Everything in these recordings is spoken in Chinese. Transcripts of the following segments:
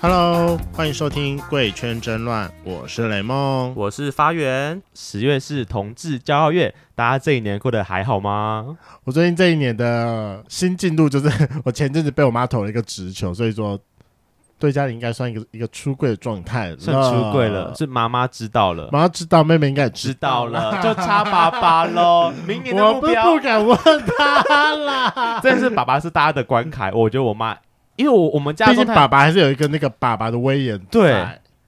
Hello，欢迎收听《贵圈争乱》，我是雷梦。我是发源。十月是同志骄傲月，大家这一年过得还好吗？我最近这一年的新进度就是， 我前阵子被我妈投了一个直球，所以说对家里应该算一个一个出柜的状态了，算出柜了，是妈妈知道了，妈妈知道，妹妹应该也知知道了，就差爸爸 喽。明年的我目不标。不，敢问她啦 真的是爸爸是大家的关卡。我觉得我妈，因为我我们家毕的竟状态爸爸还是有一个那个爸爸的威严在。对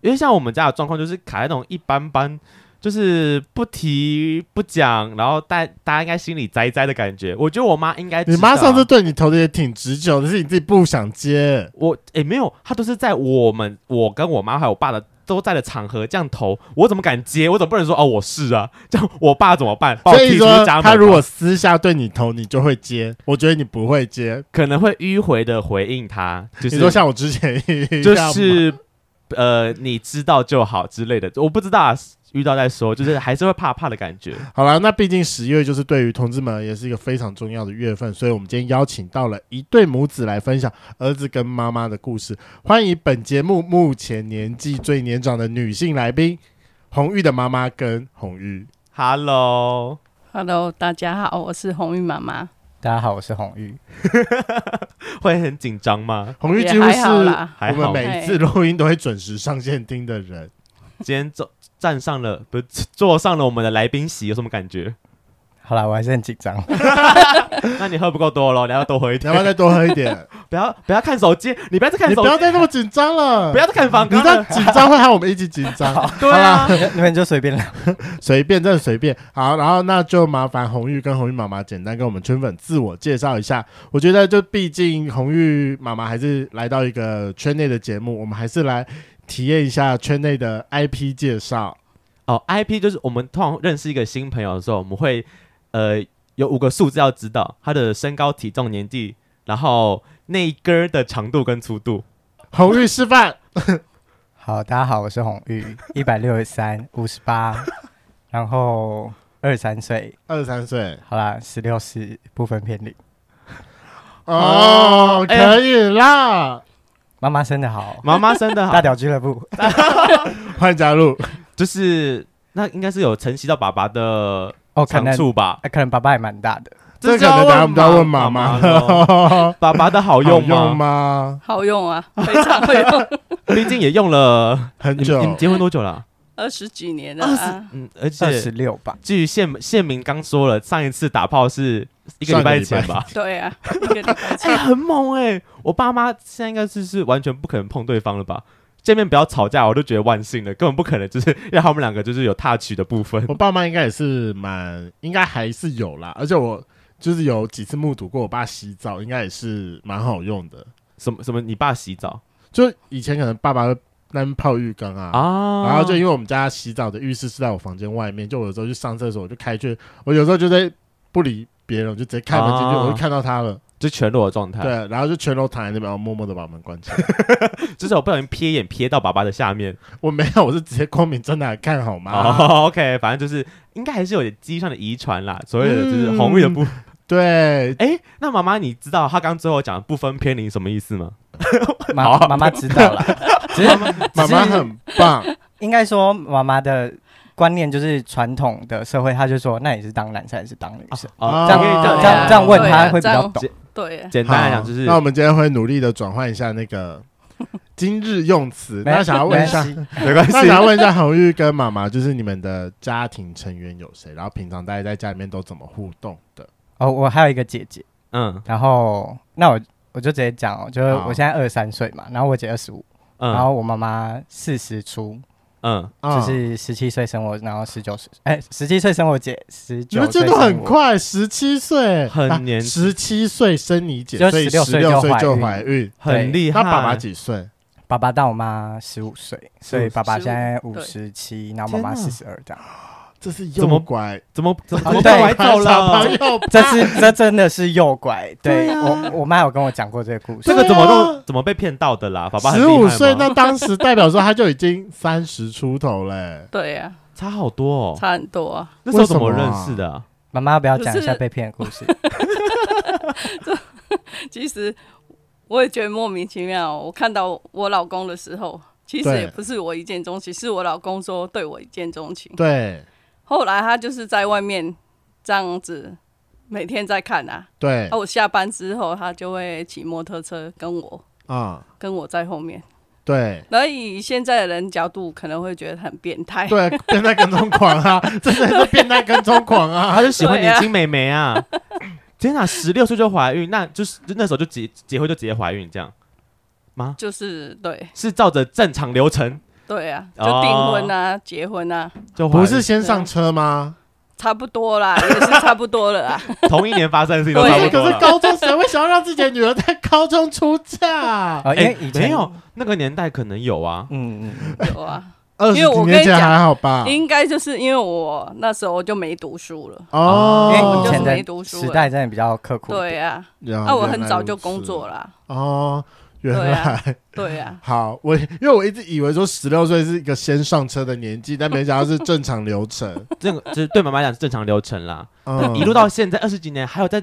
因为像我们家的状况就是卡在那种一般般，就是不提不讲，然后大大家应该心里栽栽的感觉。我觉得我妈应哎该知你道妈上次对你投的也挺直球，只是你自己不想接。我诶没有，她都是在我们我跟我妈还有我爸的都在的场合这样投，我怎么敢接？我总不能说哦我是啊， 这样我爸怎么办？把我所以踢出说，家门吧。他如果私下对你投，你就会接。我觉得你不会接。可能会迂回的回应她，就你说是像我之前一就样吗是呃你知道就好之类的，我不知道啊，遇到再说，就是还是会怕怕的感觉。好了，那毕竟十月就是对于同志们而言也是一个非常重要的月份，所以我们今天邀请到了一对母子来分享儿子跟妈妈的故事。欢迎本节目目前年纪最年长的女性来宾，红玉的妈妈跟红玉。 Hello。 Hello，大家好，我是红玉妈妈。大家好，我是红玉。会很紧张吗？红玉也几乎还是好啦还我好们每一次录音都会准时上线听的人。今天坐站上了，不是坐上了我们的来宾席，有什么感觉？好啦，我还是很紧张。 那你喝不够多了，你要多喝一你要不要点。再多喝一点？不要不要看手机，你不要再看你手不要机，再那么紧张了，不要再看房你刚这样紧张会害我们一起紧张。对啊，你们就随便聊。随便，真的随便。好，然后那就麻烦红玉跟红玉妈妈简单跟我们圈粉自我介绍一下。我觉得，就毕竟红玉妈妈还是来到一个圈内的节目，我们还是来体验一下圈内 的 IP 介绍。哦，IP 就是我们通常认识一个新朋友的时候，我们会呃有五个数字要知道他的身高、体重、年纪，然后那一根儿的长度跟粗度。红玉示范，好，大家好，我是红玉，一百六十三， 五十八，然后二十三岁。二十三岁好啦，十六是不分偏离。哦，哎呀可以啦，妈妈生的好，妈妈生的 好大，屌俱乐部。欢迎加入。就是那应该是有承袭到爸 爸的哦，可长能、处吧？呃可能爸爸也蛮大的。这就可能要等下我们都要问妈妈妈 咯了，爸爸的好好哦用哦用吗？吗？好 用啊，非常好用，毕竟也用了，很你们久你们结婚多久了啊？二十几年了啊。嗯，而二十且六吧，据县县民刚说了，上一次打炮是一个礼拜前吧？对啊，一个礼拜 哎、前很猛哎、我爸妈现在应该是是完全不可能碰对方了吧？见面不要吵架，我都觉得万幸了，根本不可能，就是让他们两个就是有踏取的部分我。爸妈应该也是蛮，应该还是有啦，而且我就是有几次目睹过我爸洗澡，应该也是蛮好用的。什么什么？你爸洗澡就以前可能爸爸会那边泡浴缸啊。啊？然后就因为我们家洗澡的浴室是在我房间外面，就我有时候去上厕所，我就开去，我有时候就在不理别人，我就直接开门进去，啊我就看到他了。就全裸的状态，对，然后就全都躺在那边，我默默的把门关起来。就是我不小心瞥眼瞥到爸爸的下面。我没有，我是直接光明正大的看好吗？哦，OK，反 正就是应该还是有点基因上的遗传啦，所谓的就是红绿的部对，哎、那妈妈，你知道他刚最后讲的不分偏离什么意思吗？妈好妈妈知道了，只是妈妈很棒， 应该说妈妈的观念就是传统的社会，她就说那你是当男生还是当女生？啊这样可以这对样啊这样问对啊她会比这较样懂。对啊，哎简单来讲就是好那我们今天会努力的转换一下那个今日用词。那想要问一下，没关 没关系那想要问一下红玉跟妈妈，就是你们的家庭成员有谁？然后平常大家在家里面都怎么互动的？哦，我还有一个姐姐，嗯然后那我我就直接讲哦，就是好我现在二十三岁嘛，然后我姐二十五，然嗯后我妈妈四十出，嗯，啊就是十七岁生我，然后十九岁，哎，十七岁生我姐，十你九们岁进生度很我，快，十七岁，很年轻十七岁生你姐，就所以16十岁六就岁就怀怀孕。很厉害。那爸爸几岁？爸爸大我妈十五岁，所以爸爸15现在五对十七，然后妈妈天哪四十二这样，这是怎么诱拐，怎么怎么啊怎么对拐走小了？朋友吧，这是这真的是诱拐，对对啊我我妈有跟我讲过这个故事这，个怎么对啊弄？怎么被骗到的啦？爸爸很厉十害五吗岁，那当时代表说他就已经三十出头欸嘞。对啊，差好多哦。差很多啊。那时候怎么为什么认啊识的啊？妈妈要不要讲一可下是被骗的故事？其实我也觉得莫名其妙。我看到我老公的时候，其实对也不是我一见钟情，是我老公说对我一见钟情。对后来他就是在外面这样子，每天在看啊。对啊，我下班之后，他就会骑摩托车跟我啊，跟我在后面。对。然后以现在的人角度，可能会觉得很变态。对，啊变态跟踪狂啊，真的是变态跟踪狂啊！他就喜欢对啊年轻美眉啊！ 天哪，十六岁就怀孕，那就是就那时候就结结婚就直接怀孕这样吗？就是对是照着正常流程对啊，就哦订婚啊、结婚啊，就怀不孕是先上车吗？差不多啦，也是差不多了啊。同一年发生的事情 都差可不是哎多可是了。高中谁会想要让自己的女儿在高中出嫁？哦，因为以前哎没有，那个年代可能有啊，嗯嗯，有啊，二十因为几我跟年你前讲还好吧？应该就是因为我那时候我就没读书了。因哦，为以就是前没读的书时了代真的比较刻苦。对啊，原来啊，我很早就工作了。啦。哦，原对啊来对啊， 好，我因为我一直以为说十六岁是一个先上车的年纪，但没想到是正常流 程。这个就是对妈妈来讲是正常流程啦。嗯，一路到现在二十几年，还有在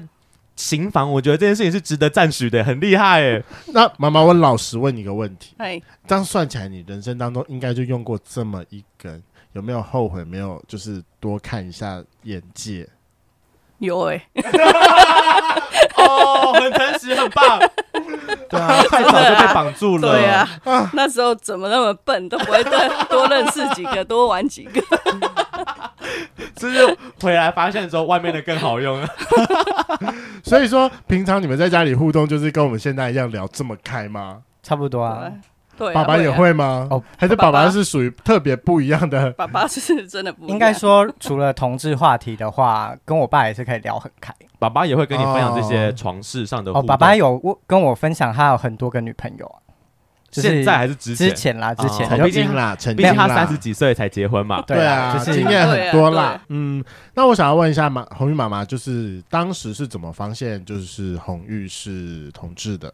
行房，我觉得这件事情是值得赞许的，很厉害哎。那妈妈，我老实问你一个问题：哎，这样算起来，你人生当中应该就用过这么一根，有没有后悔？没有，就是多看一下眼界。有哎，哦，很诚实，很 棒。对啊，太早就被绑住了。对啊，那时候怎么那么笨，都不会多多认识几个，多玩几个。就是回来发现之后，外面的更好用。所以说平常你们在家里互动，就是跟我们现在一样聊这么开吗？差不多啊。对啊，爸爸也啊，会吗？哦还是爸爸爸爸是属于特别不一样的？爸爸是真的不一样应该说，除了同志话题的话，跟我爸也是可以聊很开。 爸爸也会跟你分享这些床事上的互哦，动爸爸有我跟我分享，他有很多个女朋友啊，就是现在还是之之前，前啦，之前哦就毕竟啦，曾毕竟他啦三十几岁才结婚嘛。对啊，啊，就是经验很多对啊啦对。嗯，那我想要问一下妈红玉妈妈，就是当时是怎么发现就是红玉是同志的？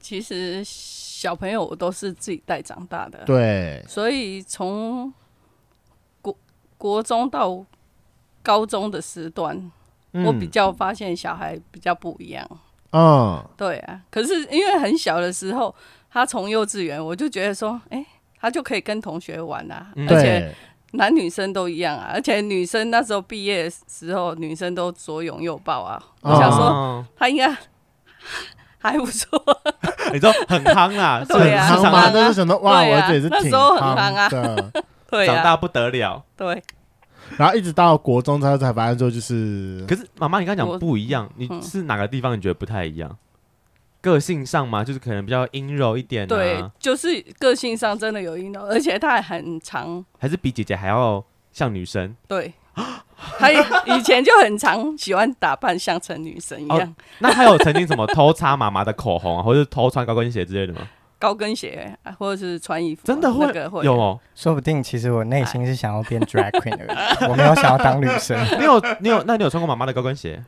其实小朋友我都是自己带长大的，对，所以从国国中到高中的时段，嗯嗯我比较发现小孩比较不一样。嗯，对啊，可是因为很小的时候，他从幼稚园我就觉得说，哎、他就可以跟同学玩啊，嗯而且对，男女生都一样啊，而且女生那时候毕业的时候，女生都左拥右抱啊，哦我想说哦他应该还不错， 你说很夯啦，是 对啊市很夯场很嘛，夯啊上那时候想到哇，对我啊儿子也是那挺时候很夯夯啊的。对长啊，大不得了。对，然后一直到国中，他才发现说就是可是妈妈，你刚刚讲我不一样，你嗯是哪个地方你觉得不太一样？个性上嘛，就是可能比较阴柔一点对啊，，就是个性上真的有阴柔，而且他还很常还是比姐姐还要像女生？对。 他以前就很常喜欢打扮像成女生一样， 那还有曾经什么偷擦妈妈的口红啊，或者是偷穿高跟鞋之类的吗？高跟鞋啊或者是穿衣服啊，真的那个会有哦，说不定其实我内心是想要变 drag queen 的人，我没有想要当女 生，你有你有，那你有穿过妈妈的高 跟鞋？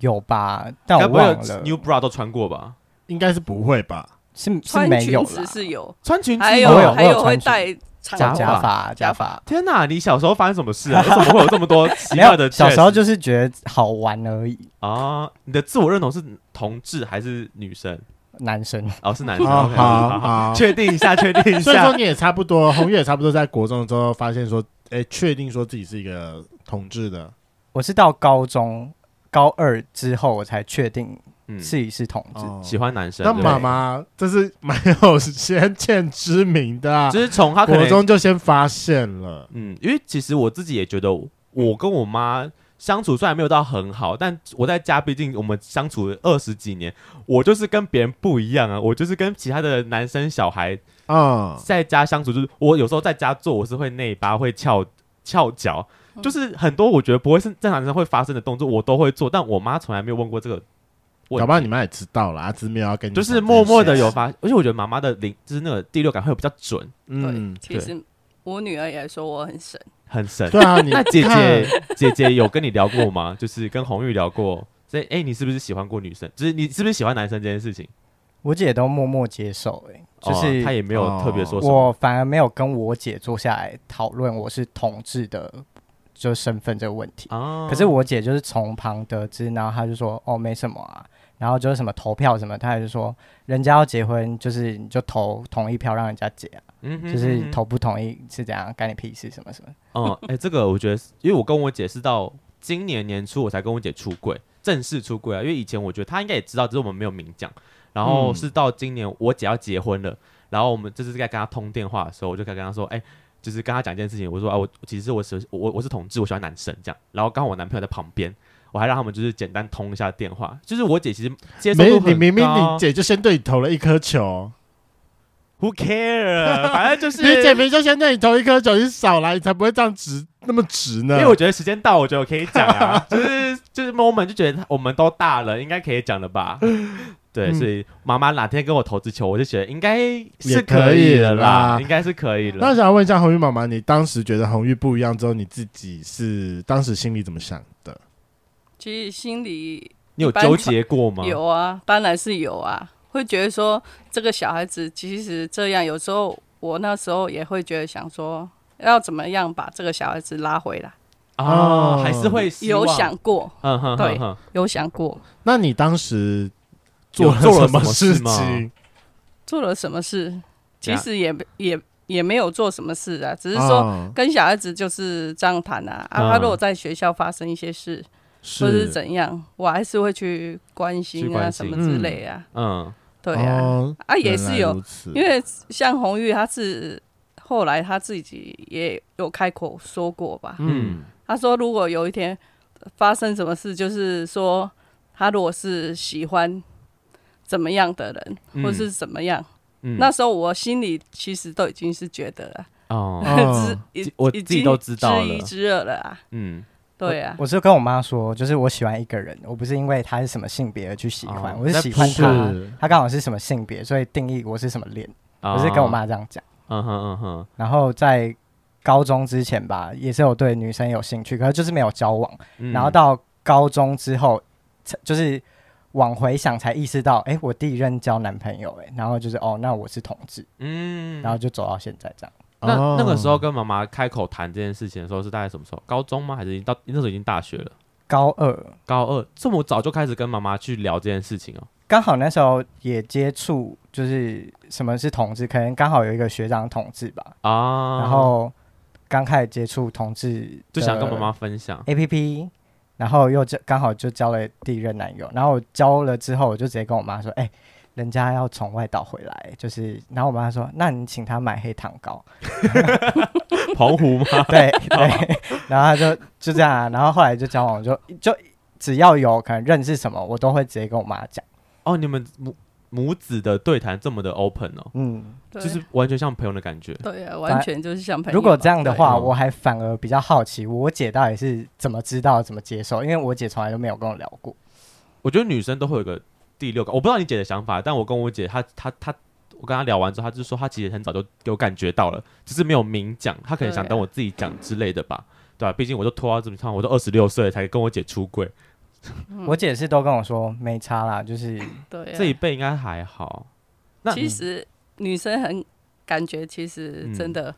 有吧？但该我不会有忘了， New Bra 都穿过吧？应该是不会吧？是是穿没有裙啦子。是有，穿裙子还我有有还我有会穿裙戴假长假假袜，发，假假发。天哪！你小时候发生什么事啊？为什么会有这么多奇没怪的有， chest？ 小时候就是觉得好玩而已。啊，你的自我认同是同志还是女生？男生哦，是男生。好 OK，好好好，好，确定一下，确定一 所以说下。你也差不多，红玉也差不多在国中之后发现说，哎，确定说自己是一个同志的。我是到高中高二之后，我才确定嗯，自己是同志。哦喜欢男生。那对妈妈这是蛮有先见之明的、啊，就是从他可国能，中就先发现了。嗯，因为其实我自己也觉得，我跟我妈相处虽然没有到很好，但我在家毕竟我们相处了二十几年，我就是跟别人不一样啊，我就是跟其他的男生小孩嗯，在家相处，就是我有时候在家做，我是会内八，会翘翘脚，就是很多我觉得不会是正常人会发生的动作，我都会做，但我妈从来没有问过这个搞问不好你题。妈也知道啦，只是没有要跟你就讲是默默的这件有事，发，而且我觉得妈妈的灵就是那个第六感会比较准，嗯对，，其实我女儿也说我很神，很神。对啊，你那 姐看姐姐姐有跟你聊过吗？就是跟红玉聊过，所以哎、你是不是喜欢过女生？就是你是不是喜欢男生这件事情？我姐都默默接受、欸，就哦她是也没有特别说什么。我反而没有跟我姐坐下来讨论我是同志的就身份这个问题。啊可是我姐就是从旁得知，然后她就说：“哦，没什么啊，然后就是什么投票什么，他也是说人家要结婚，就是你就投同意票让人家结啊，嗯哼，就是嗯投不同意是怎样，干你屁事什么什么。哦，哎、这个我觉得是，因为我跟我姐是到今年年初我才跟我姐出柜，正式出柜啊。因为以前我觉得她应该也知道，只是我们没有明讲。然后嗯是到今年我姐要结婚了，然后我们这次在跟她通电话的时候，我就在跟她说，哎、就是跟她讲一件事情，我说啊，我其实我是我我是同志，我喜欢男生这样。然后刚好我男朋友在旁边，我还让他们就是简单通一下电话。就是我姐其实接受没度有，很你明明高你姐就先对你投了一颗球， Who care，反正就是你姐明明就先对你投一颗球，你少来，你才不会这样直那么直呢。啊因为我觉得时间到，我觉得我可以讲 啊，就是就是 moment 就觉得我们都大了，应该可以讲了吧？对，嗯所以妈妈哪天跟我投资球，我就觉得应该也是可以以的啦应该是可以那了我。想要问一下红玉妈妈，你当时觉得红玉不一样之后，你自己是当时心里怎么想的？其实心里你有纠结过吗？有啊，当然是有啊，会觉得说这个小孩子其实这样，有时候我那时候也会觉得想说，要怎么样把这个小孩子拉回来，啊，哦还是会希望有想，过，嗯哼，对哼哼有想过那你当时有了做什了什么事事吗情？做了什么事，这其样实也也也没有做什么事啊，只是说。哦跟小孩子就是这样谈啊，啊，嗯他如果在学校发生一些事，或是是怎样，我还是会去关去心啊关什心么之类啊，嗯，对啊，哦啊也是原有来如此因为像红玉，她是后来她自己也有开口说过吧，嗯嗯她说如果有一天发生什么事，就是说她如果是喜欢怎么样的人，嗯或是怎么样，嗯那时候我心里其实都已经是觉得了，哦， 哦知我已已自己经都知道知一了知二了啊，嗯，对啊，我是跟我妈说，就是我喜欢一个人，我不是因为他是什么性别而去喜欢，哦我是那喜欢不他是，他刚好是什么性别，所以定义我是什么脸，我我是跟我，妈这样讲。嗯哼嗯哼，然后在高中之前吧，也是有对女生有兴趣，可是就是没有交往。嗯然后到高中之后，才就是往回想才意识到，哎、我第一任交男朋友、诶，哎，然后就是哦，那我是同志，嗯，然后就走到现在这样。那哦那个时候跟妈妈开口谈这件事情的时候是大概什么时候？高中吗？还是已经到那时候已经大学了？高二高二这么早就开始跟妈妈去聊这件事情哦。刚好那时候也接触，就是什么是同志，可能刚好有一个学长同志吧，啊，然后刚开始接触同志，就想跟妈妈分享， A P P，然后又交刚好就交了第一任男友，然后我交了之后，我就直接跟我妈说，哎、人家要从外岛回来，就是，然后我妈说，那你请他买黑糖糕，呃澎湖 吗？对对，然后他就就这样、啊，然后后来就交往，就就只要有可能认识什么，我都会直接跟我妈讲，哦，你们母母子的对谈这么的 open 哦，嗯，对就是完全像朋友的感觉。对啊，完全就是像朋友吧。如果这样的对话，对我还反而比较好奇，我姐到底是怎么知道、怎么接受，因为我姐从来都没有跟我聊过，我觉得女生都会有个第六感，我不知道你姐的想法，但我跟我姐她她她，我跟她聊完之后，她就说她其实很早就有感觉到了，只是没有明讲，她可能想对啊等我自己讲之类的吧。对吧、毕竟我都拖到这么长，我都二十六岁才跟我姐出柜，嗯我姐是都跟我说没差啦，就是对啊这一辈应该还好。那其实女生很感觉，其实真的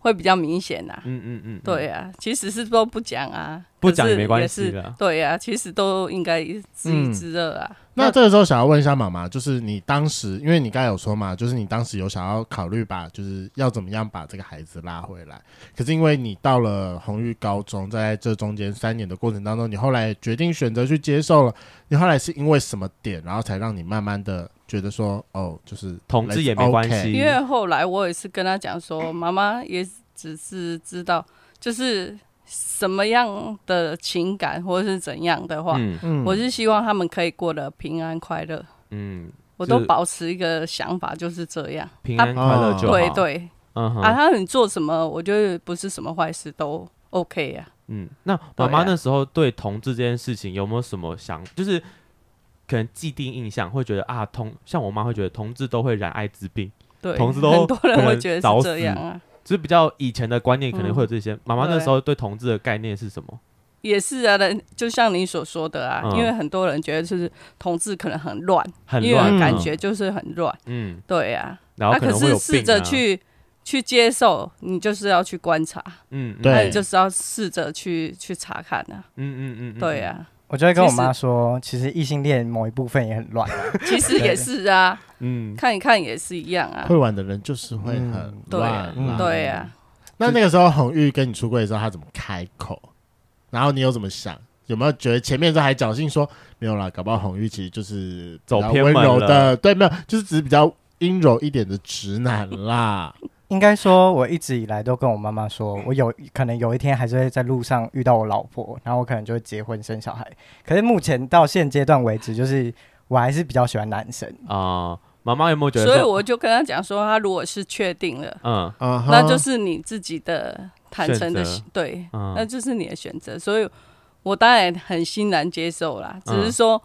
会比较明显呐、嗯嗯嗯，嗯对，啊，其实是都不讲啊，不讲可也是没关系嗯也是的。对啊，其实都应该知一知二啊。那这个时候想要问一下妈妈，就是你当时，因为你刚才有说嘛，就是你当时有想要考虑把，就是要怎么样把这个孩子拉回来。可是因为你到了红玉高中，在这中间三年的过程当中，你后来决定选择去接受了，你后来是因为什么点，然后才让你慢慢的觉得说，哦，就是同志也没关系 OK 因为后来我也是跟她 讲说，妈妈也只是知道，就是什么样的情感或是怎样的话，嗯嗯我是希望他们可以过得平安快乐。嗯，我都是保持一个想法，就是这样。平安快乐就好。啊对，对嗯哼，啊，他你做什么，我觉得不是什么坏事都 OK 啊呀、嗯，那对妈妈啊那时候对同志这件事情有没有什么想，就是可能既定印象会觉得啊，同像我妈会觉得同志都会染艾滋病，对，同志都很多人可会能觉得早是这死样啊，就是比较以前的观念可能会有这些。妈妈那嗯对时候对同志的概念是什么？也是啊，人就像你所说的啊，嗯因为很多人觉得就是同志可能很乱，很因乱，为嗯感觉就是很乱，嗯，对啊，然后啊、可能会有是病、啊。试着，去去接受，你就是要去观察，嗯，嗯对那你就是要试着去去查看啊，嗯嗯嗯，嗯对，啊，我就会跟我其实妈说，其实异性恋某一部分也很乱啊， 其实也是啊，嗯，看一看也是一样啊会。玩的人就是会很嗯对乱啊，啦。对啊，那那个时候红玉跟你出柜的时候，他怎么开口？然后你有怎么想？有没有觉得前面的时候还侥幸说没有啦，搞不好红玉其实就是比较走偏温门柔的，了对，没有，就是只是比较阴柔一点的直男 啦。应该说，我一直以来都跟我妈妈嗯说，我有可能有一天还是会在路上遇到我老婆，然后我可能就会结婚生小孩。可是目前到现阶段为止，就是我还是比较喜欢男生。啊，妈妈有没有觉得？所以，我就跟他讲说，他如果是确定了，嗯啊哈，那就是你自己的坦诚的选择选对，那嗯，就是你的选择。所以，我当然很欣然接受啦，只嗯是说。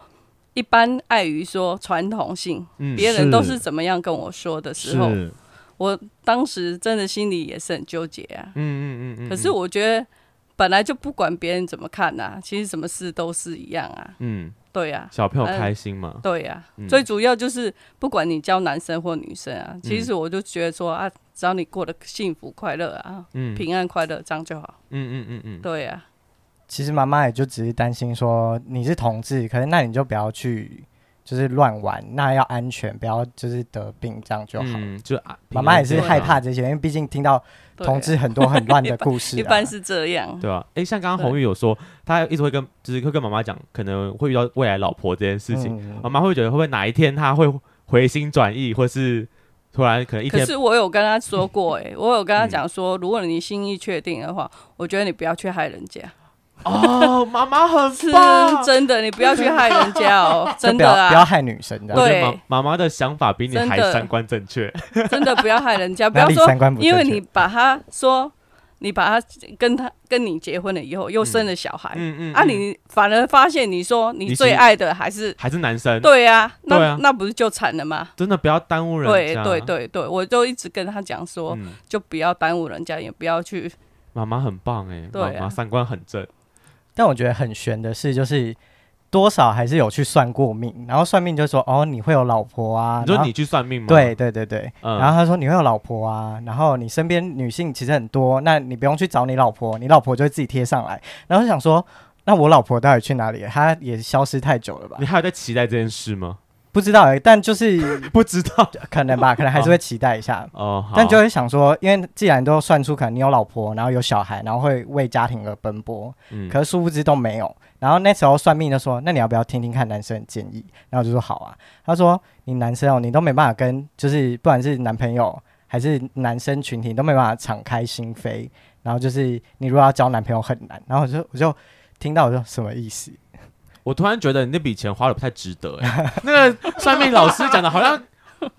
一般碍于说传统性，嗯别人都是是怎么样跟我说的时候，是我当时真的心里也是很纠结啊。嗯嗯嗯嗯，可是我觉得本来就不管别人怎么看呐、其实什么事都是一样啊，嗯，对呀、小朋友嗯开心嘛，对呀、嗯最主要就是不管你教男生或女生啊，其实我就觉得说啊，只要你过得幸福快乐啊，嗯嗯平安快乐这样就好，嗯嗯嗯嗯，对啊呀、其实妈妈也就只是担心说你是同志，可是那你就不要去就是乱玩，那要安全，不要就是得病这样就好。嗯，就啊妈妈也是害怕，平安这些，因为毕竟听到对啊同志很多很乱的故事、啊一般是这样，对吧？哎，像刚刚红玉有说，她一直会跟，就是会跟妈妈讲，可能会遇到未来老婆这件事情，嗯妈妈会觉得会不会哪一天她会回心转意，或是突然可能一可天是我有跟他说过、欸，我有跟他讲说，如果你心意确定的话，我觉得你不要去害人家， 哦，妈妈很是棒，真的，你不要去害人家哦、就真不的要、啊，不要害女生的。我觉得对妈妈妈的想法比你真还的三观正确，真的不要害人家，不哪要里说三观不正确因为你把他说，你把他跟他跟你结婚了以后，又生了小孩，嗯啊，你反而发现你说你你最是爱的还是还是男生，对呀、啊，那对啊那不是就惨了吗？真的不要耽误人对家，啊对对对，我就一直跟他讲说，嗯，就不要耽误人家，也不要去妈妈很棒哎，对妈啊妈三观很正，但我觉得很悬的是，就是多少还是有去算过命，然后算命就说哦你会有老婆啊，你然说后你去算命吗？对，对对对，嗯然后他说你会有老婆啊，然后你身边女性其实很多，那你不用去找你老婆，你老婆就会自己贴上来。然后就想说，那我老婆到底去哪里？她也消失太久 了吧你？还有在期待这件事吗？不知道、欸，但就是不知道可能吧，可能还是会期待一下。哦， 好但就会想说，因为既然都算出可能你有老婆，然后有小孩，然后会为家庭而奔波，嗯可是殊不知都没有。然后那时候算命的说，那你要不要听听看男生的建议？然后我就说好啊。他说你男生哦，你都没办法跟，就是不管是男朋友还是男生群体，你都没办法敞开心扉。然后就是你如果要交男朋友很难。然后我就我就听到我就什么意思？我突然觉得你那笔钱花的不太值得哎、 那个算命老师讲的好像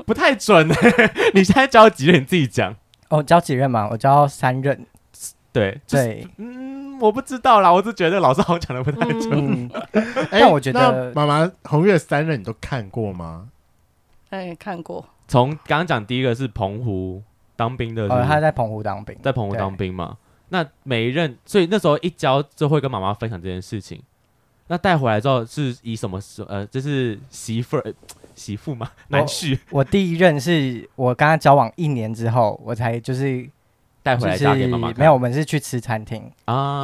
不太准哎、 你现在交几任你自己讲？哦，交几任嘛？我交三任。对，就是 对，嗯，我不知道啦，我是觉得老师好像讲的不太准。嗯，哎 但我觉得那妈妈红月三任你都看过吗？哎看过，从刚刚讲第一个是澎湖当兵的是不是呃，他在澎湖当兵，在澎湖当兵嘛，那每一任，所以那时候一交就会跟妈妈分享这件事情。那带回来之后是以什么时呃，就是媳妇儿、呃媳妇嘛，哦男婿我第一任是我跟他交往一年之后，我才就是带就回来是嫁给妈妈看，没有，我们是去吃餐厅，啊？然哦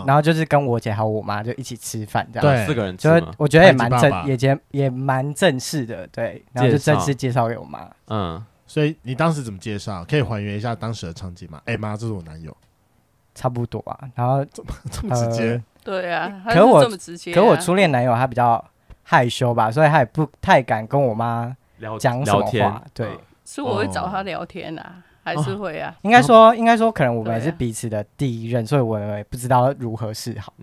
后然后就是跟我姐还有我妈就一起吃饭这样，对四个人吃就是吗？我觉得也蛮太极爸爸正，也也也蛮正式的，对，然后就正式介绍给我妈。嗯，所以你当时怎么介绍？可以还原一下当时的场景吗？哎、妈，这是我男友， 差不多啊，然后这么直接，对啊，他哎可我是这么直接啊、可我初恋男友他比较害羞吧，所以他也不太敢跟我妈聊讲什聊么天话。对，是我会找他聊天啊，哦还是会啊，应该说应该说，可能我们也是对啊彼此的第一任，所以我也不知道如何是好。嗯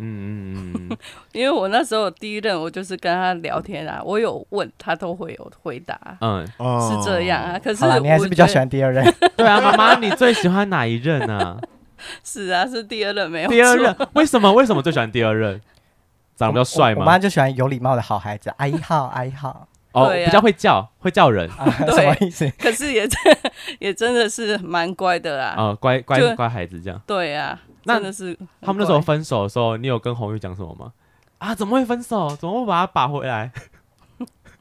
嗯嗯 嗯，哦因为我那时候第一任我就是跟他聊天啊，我有问他都会有回答啊、嗯，呃哦是这样啊。可是好了，你还是我比较觉得喜欢第 二任。对啊，妈妈，你最喜欢哪一任 啊？是啊，是第二任没有第二错任，为什么？为什么最喜欢第二任？长得比较帅我我妈吗？就喜欢有礼貌的好孩子， 哀号哀号，哦，对啊比较会叫，会叫人 啊、什么意思？可是也真 也真的是蛮乖的啦。啊，乖乖就乖孩子这样。对啊，那真的是很他们那时候乖分手的时候，你有跟红玉讲什么吗？啊，怎么会分手？怎 么会把他把回来？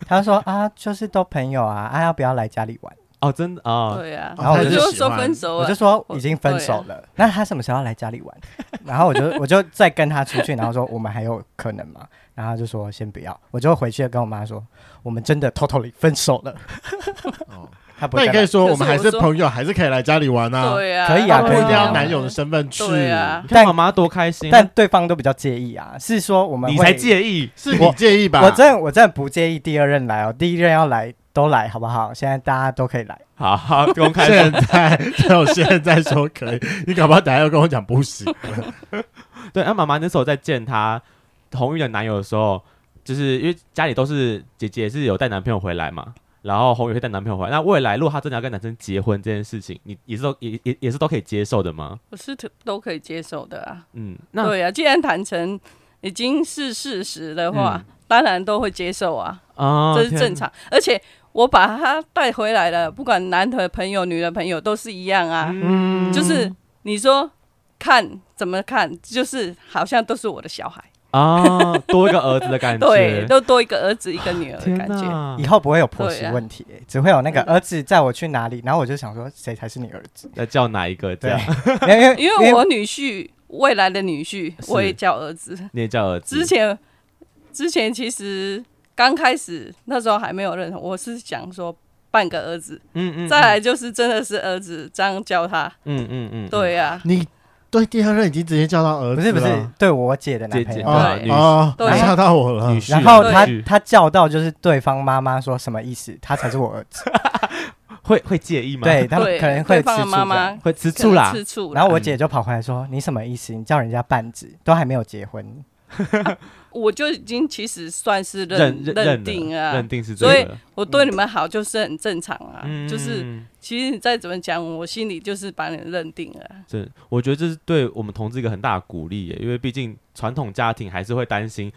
她说啊，就是都朋友啊，啊要不要来家里玩？哦，真的啊，对哦啊，然后我他就就喜说欢分手我啊就，说已经分手了，那他什么时候要来家里玩？ 然后我就我就再跟他出去，然后说我们还有可能吗？然后他就说先不要，我就回去跟我妈说我们真的 totally 分手了。哦，他不那你会再可以来，说可是我们还是我说朋友，还是可以来家里玩啊。对啊，可以啊哦不可以一啊定要男友的身份去。对啊你看妈妈多开心啊，但对方都比较介意啊，是说我们你会才介意，是你介意吧？我真的我真的不介意第二任来哦，第一任要来都来好不好？现在大家都可以来，好好公开说现 在只有现在说可以，你搞不好等下又跟我讲不行。对，那妈妈那时候在见她红玉的男友的时候，就是因为家里都是姐姐是有带男朋友回来嘛，然后红玉会带男朋友回来。那未来如果她真的要跟男生结婚这件事情，你也是都也也也是都可以接受的吗？我是都可以接受的啊。嗯，那对啊，既然坦诚已经是事实的话，当然都会接受啊，啊，这是嗯天正常。而且我把他带回来了，不管男的朋友、女的朋友都是一样啊，嗯就是你说看怎么看，就是好像都是我的小孩，啊，多一个儿子的 感觉，啊对，都多一个儿子一个女儿的天感觉。哪以，后不会有婆媳对啊嗯问题、欸只会有那个真的儿子载我去哪里，然后我就想说谁才是你儿子？ 要叫哪一个这对啊样？，因为因为我女婿未来的女婿，是我也叫儿子。你也叫儿子之前之前其实刚开始那时候还没有认同，我是想说半个儿子，嗯嗯，再来就是真的是儿子这样叫他。嗯嗯嗯，对啊呀、你对第二任已经直接叫到儿不子是不是了对我姐的啊姐男朋姐友，啊，对女哦，对吓到我了女。婿啊，然后他女婿他叫到就是对方妈妈说什么意思？他才是我儿子，会会介意吗？对他们对，可能会对吃方的醋妈这样。妈会吃可醋啦能，吃醋啦。然后我姐就跑回来说：“你什么意思？你叫人家半子，都还没有结婚。我就已经其实算是认认认认了定啊，认定是所以这个，我对你们好就是很正常啊，嗯就是其实你再怎么讲，我心里就是把你认定了 啊。这，我觉得这是对我们同志一个很大的鼓励耶，因为毕竟传统家庭还是会担心，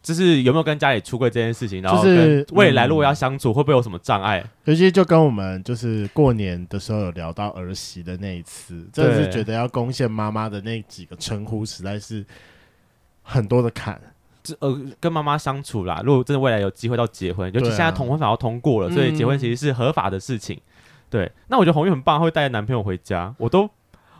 就是有没有跟家里出柜这件事情，然后就是跟未来如果嗯要相处，会不会有什么障碍？尤其就跟我们就是过年的时候有聊到儿媳的那一次，真的是对觉得要攻陷妈妈的那几个称呼实在是很多的坎。这呃，跟妈妈相处啦，如果真的未来有机会到结婚，尤其对啊现在同婚法要通过了，所以结婚嗯其实是合法的事情。对，那我觉得红玉很棒，她会带男朋友回家，我都。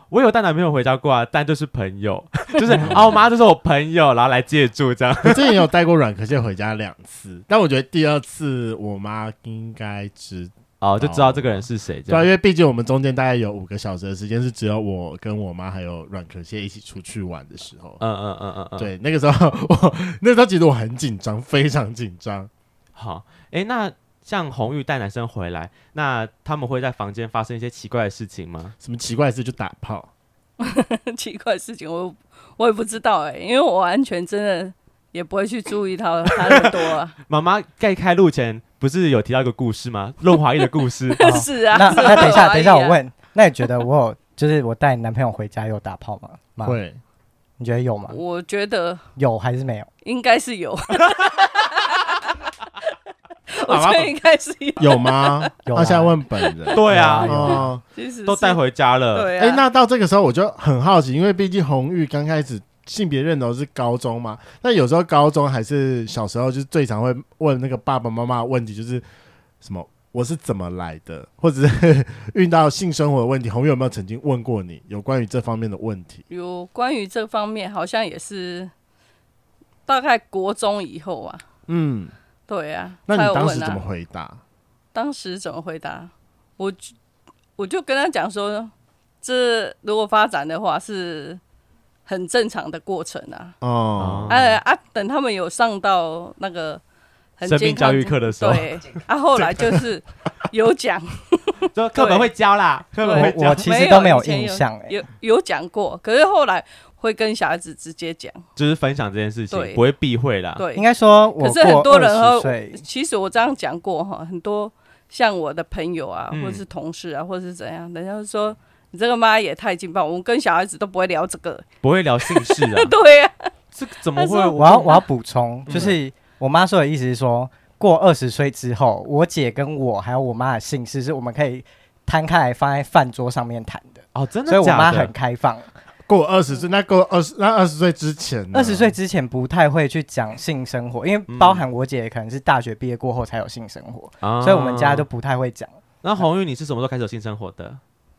我有带男朋友回家过啊，但就是朋友， 就是啊，我妈就是我朋友，然后来借住这样。我之前有带过软壳蟹回家两次，但我觉得第二次我妈应该知哦，就知道这个人是谁这对啊，样。因为毕竟我们中间大概有五个小时的时间是只有我跟我妈还有软壳蟹一起出去玩的时候。嗯嗯嗯嗯嗯，对，那个时候我那时候其实我很紧张，非常紧张。好，诶，那像红玉带男生回来，那他们会在房间发生一些奇怪的事情吗？什么奇怪的事就打炮，奇怪的事情我我也不知道哎、因为我完全真的也不会去注意到他的多、啊。妈妈在开录前不是有提到一个故事吗？润滑液的故 事哦 是啊，那是啊那等一下，等一下，怀疑啊我问，那你觉得我有就是我带男朋友回家有打炮吗？妈，会你觉得有吗？我觉得有还是没有？应该是有，我觉得应该是有。有吗？ 有那啊现在问本 人。对啊，有啊哦，其实是都带回家了。对哎、啊，那到这个时候我就很好奇，因为毕竟红玉刚开始性别认同是高中嘛，那有时候高中还是小时候，就是最常会问那个爸爸妈妈的问题，就是什么我是怎么来的，或者是遇到性生活的问题，红玉有没有曾经问过你有关于这方面的问题？有关于这方面，好像也是大概国中以后啊，嗯，对啊，那他你有当问时怎么啊，回答？当时怎么回答？我就我就跟他讲说，这如果发展的话是很正常的过程啊，哦，哎啊，等他们有上到那个很生健命康教育课的时候，对，啊，后来就是有讲就课本会教啦，课本会我教我，其实都没有以前印象哎、有有讲过，可是后来会跟小孩子直接讲，就是分享这件事情，对不会避讳啦。对应，该说我可是很过多人二十哦岁，其实我这样讲过哈，很多像我的朋友啊，嗯或者是同事啊，或者是怎样，人家就说你这个妈也太劲爆，我们跟小孩子都不会聊这个。。不会聊姓氏啊 对呀、这个怎么会？但是我要我要补充，就是我妈说的意思是说，过二十岁之后，我姐跟我还有我妈的姓氏是我们可以摊开来放在饭桌上面谈的，哦，真所以的我妈假很的？开放。过二十岁，那过二十，那二十岁之前呢，二十岁之前不太会去讲性生活，因为包含我姐可能是大学毕业过后才有性生活，啊所以我们家就不太会讲。那红玉，你是什么时候开始有性生活的？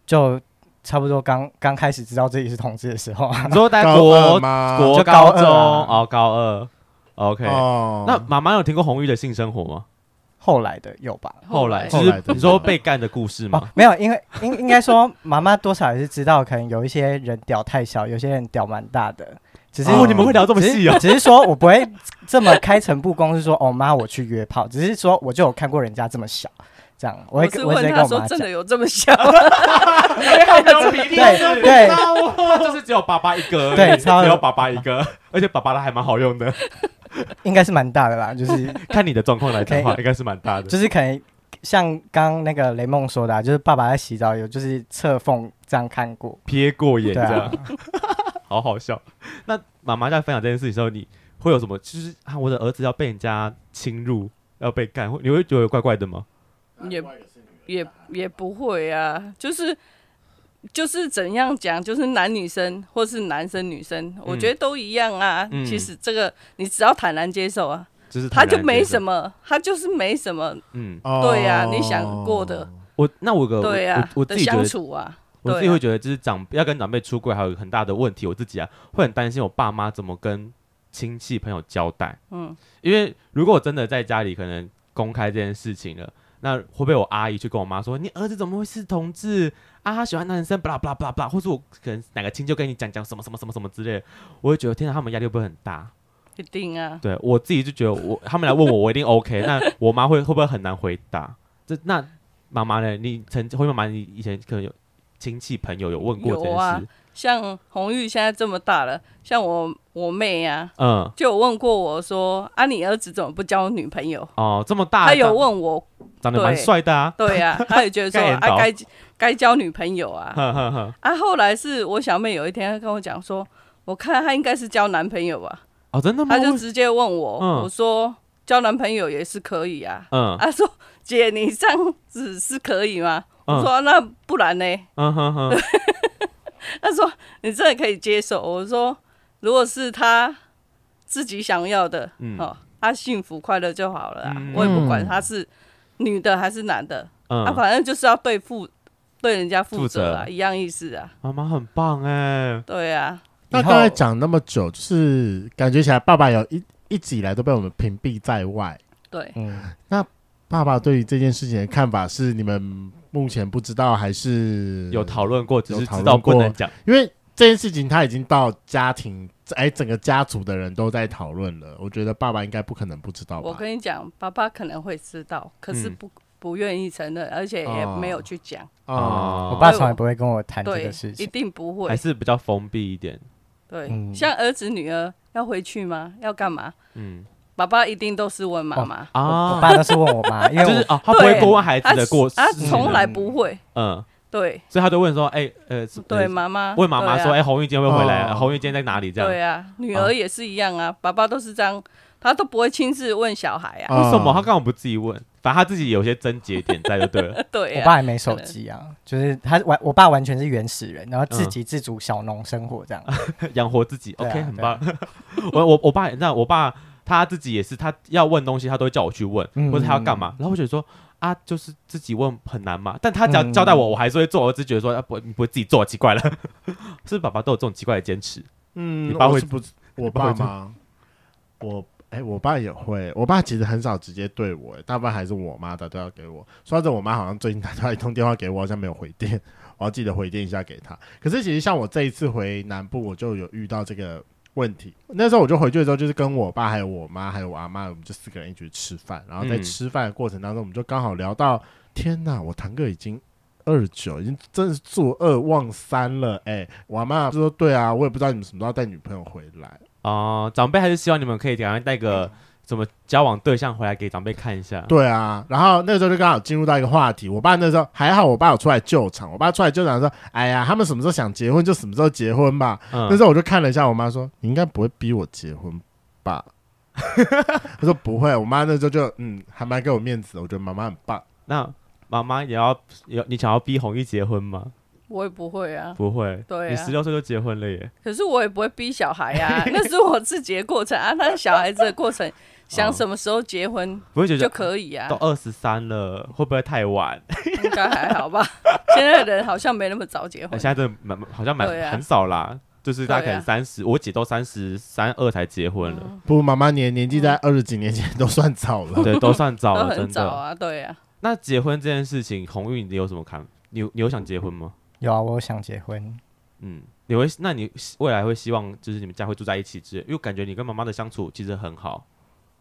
就差不多刚刚开始知道自己是同志的时候啊，你说在高国二吗？国就高高中二啊哦，高二，OK。哦，那妈妈有听过红玉的性生活吗？后来的有吧？后来就后来是的你说被干的故事哦吗？，没有，因为应应该说，妈妈多少也是知道，可能有一些人屌太小，有些人屌蛮大的，只是、哦啊你们会聊这么细哦只是只是说我不会这么开诚布公，是说哦妈，我去约炮，只是说我就有看过人家这么小，这样我会我跟是我直问接跟他我说妈真讲的，有这么 小？哎对对对啊他就是只有爸爸一个而已，对超只有爸爸一个，而且爸爸的还蛮好用的。 应该是蛮大的啦，就是 看你的状况来讲的话，可应该是蛮大的。就是可能像刚刚那个雷梦说的、啊，就是爸爸在洗澡有就是侧缝这样看过，瞥过眼对这样 啊，，好好笑。那妈妈在分享这件事情的时候，你会有什么？就是啊，我的儿子要被人家侵入，要被干，会你会觉得怪怪的吗？也也也不会啊，就是就是怎样讲，就是男女生或是男生女生，我觉得都一样啊。嗯其实这个你只要坦然接受啊，就是他就坦然接受没什。么，他就是没什么。嗯，哦对呀你想过的我那我有个对啊，我我自的己觉相得处啊，我对自己啊会觉得，就是长要跟长辈出柜，还有很大的问题，我自己啊会很担心我爸妈怎么跟亲戚朋友交代。嗯，因为如果我真的在家里可能公开这件事情了，那会被我阿姨去跟我妈说，你儿子怎么会是同志啊？他喜欢男生，巴拉巴拉巴拉巴拉，或是我可能哪个亲就跟你讲讲什么什么什么什么之类的，我会觉得天啊哪，他们压力会不会很大？一定啊。对我自己就觉得我他们来问我，我一定 OK。那 我妈会会不会很难回答？这那妈妈呢？你曾经，灰妈妈，你以前可能有亲戚朋友有问过这件有啊事？像红玉现在这么大了，像我我妹啊，嗯，就有问过我说啊，你儿子怎么不交女朋友？哦，这么大，他有长问我，长得蛮对帅的啊，对啊，他也觉 得说盖眼啊，刀该该交女朋友啊。呵呵呵。啊，后来是我小妹有一天她跟我讲说，我看她应该是交男朋友吧，哦，真的吗？她就为直接问我，嗯我说交男朋友也是可以啊。嗯她说姐，你这样子是可以吗？我嗯说啊那不然呢？嗯哼哼， 她说你真的可以接受？我说如果是她自己想要的，嗯哦，她幸福快乐就好了啊，嗯我也不管她是女的还是男的，啊，嗯，反正就是要对负对人家负负责责啊，一样意思啊，妈妈很棒嗯哎，对啊，那以后刚才讲那么久，就是感觉起来爸爸有一一直以来都被我们屏蔽在外。对。嗯，爸爸对于这件事情的看法是你们目前不知道，还是有讨论过，只有是讨知论道不过能讲。因为这件事情他已经到家庭，哎，整个家族的人都在讨论了。我觉得爸爸应该不可能不知道我吧？跟你讲，爸爸可能会知道，可是嗯不、不愿意承认，而且也哦没有去讲。啊，我爸对从来我不会跟我嗯谈这对个事，一情，定不还会。是比较封闭一点，对，嗯像儿子女儿要回去吗？要干嘛？嗯爸爸一定都是问妈妈，我啊我，爸都是问我妈，因为就我是 哦，他不会对过问孩子他的过事他情从的来不会。嗯，对所以他就问说，哎呃，是对，呃妈妈问妈妈说：“哎、对啊红玉今天会回来？哦红玉今天在哪里？”这样，哦对啊，女儿也是一样啊，爸爸都是这样，他都不会亲自问小孩啊。为什么啊他刚好不自己问？反正他自己有些症结点在，就对 了。对我啊，爸也没手可能机啊，就是他完，我爸完全是原始人，然后自嗯给自足小农生活这样。养活自己对啊，OK，很对啊棒。我我我爸，你知道，我爸他自己也是，他要问东西，他都会叫我去问，嗯或者他要干嘛。然后我觉得说啊，就是自己问很难嘛。但他只要嗯交代我，我还是会做。我只是觉得说，啊、不，你不会自己做，奇怪了。 是不是爸爸都有这种奇怪的坚持？嗯，你爸我会是不知，我爸爸会这吗？我哎、我爸也会，我爸其实很少直接对我、大部分还是我妈打电话给我。说到这，我妈好像最近打电话一通电话给我，好像没有回电，我要记得回电一下给她。可是其实像我这一次回南部，我就有遇到这个问题。那时候我就回去的时候，就是跟我爸、还有我妈、还有我阿妈，我们就四个人一起去吃饭。然后在嗯吃饭的过程当中，我们就刚好聊到，天呐，我堂哥已经二九，已经真的是做二忘三了。哎、我阿妈就说：“对啊，我也不知道你们什么时候要带女朋友回来。哦、长辈还是希望你们可以赶快带个什么交往对象回来给长辈看一下”。对啊，然后那个时候就刚好进入到一个话题。我爸那时候还好，我爸有出来救场。我爸出来救场说：“哎呀，他们什么时候想结婚就什么时候结婚吧。嗯那时候我就看了一下我妈，说：“你应该不会逼我结婚吧？” 她说：“不会。”我妈那时候就嗯，还蛮给我面子的。我觉得妈妈很棒。那妈妈也要有你想要逼红玉结婚吗？我也不会啊。不会，对啊你十六岁就结婚了耶。 可是我也不会逼小孩啊，那是我自己的过程啊，那是小孩子的过程。哦想什么时候结婚不会觉就得可以啊都，二十三了，会不会太 晚？应该还好吧？现在的人好像没那么早结婚现，在真的蛮好像蛮啊对啊很少啦，就是大概可能对啊嗯三十，我姐都三十三二才结婚了，不，妈妈年年纪嗯在二十几年前都算早 了。对，都算早 都了，很真早的。啊，对啊，那结婚这件事情，红玉你有什么看？你有你有想结婚吗？有啊，我想结婚，嗯，你会，那你未来会希望就是你们家会住在一起之类，因为感觉你跟妈妈的相处其实很好。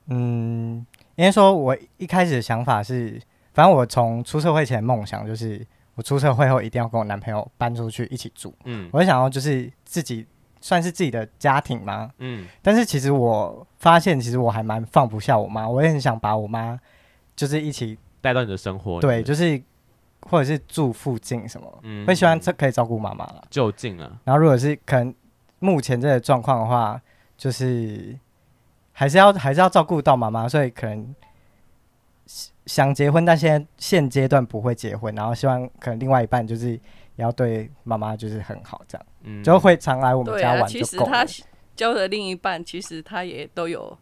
嗯，应该说我一开始的想法是，反正我从出社会前的梦想就是，我出社会后一定要跟我男朋友搬出去一起住，嗯我会想要就是自己算是自己的家庭吗？嗯，但是其实我发现，其实我还蛮放不下我妈，我也很想把我妈就是一起带到你的生活里对，面，就是或者是住附近什么，嗯会希望这可以照顾妈妈了。就近啊，然后如果是可能目前这个状况的话，就是还是要还是要照顾到妈妈，所以可能想想结婚，但现在现阶段不会结婚，然后希望可能另外一半就是也要对妈妈就是很好，这样嗯，就会常来我们对家啊，玩其就实够了他。交的另一半，其实他也都有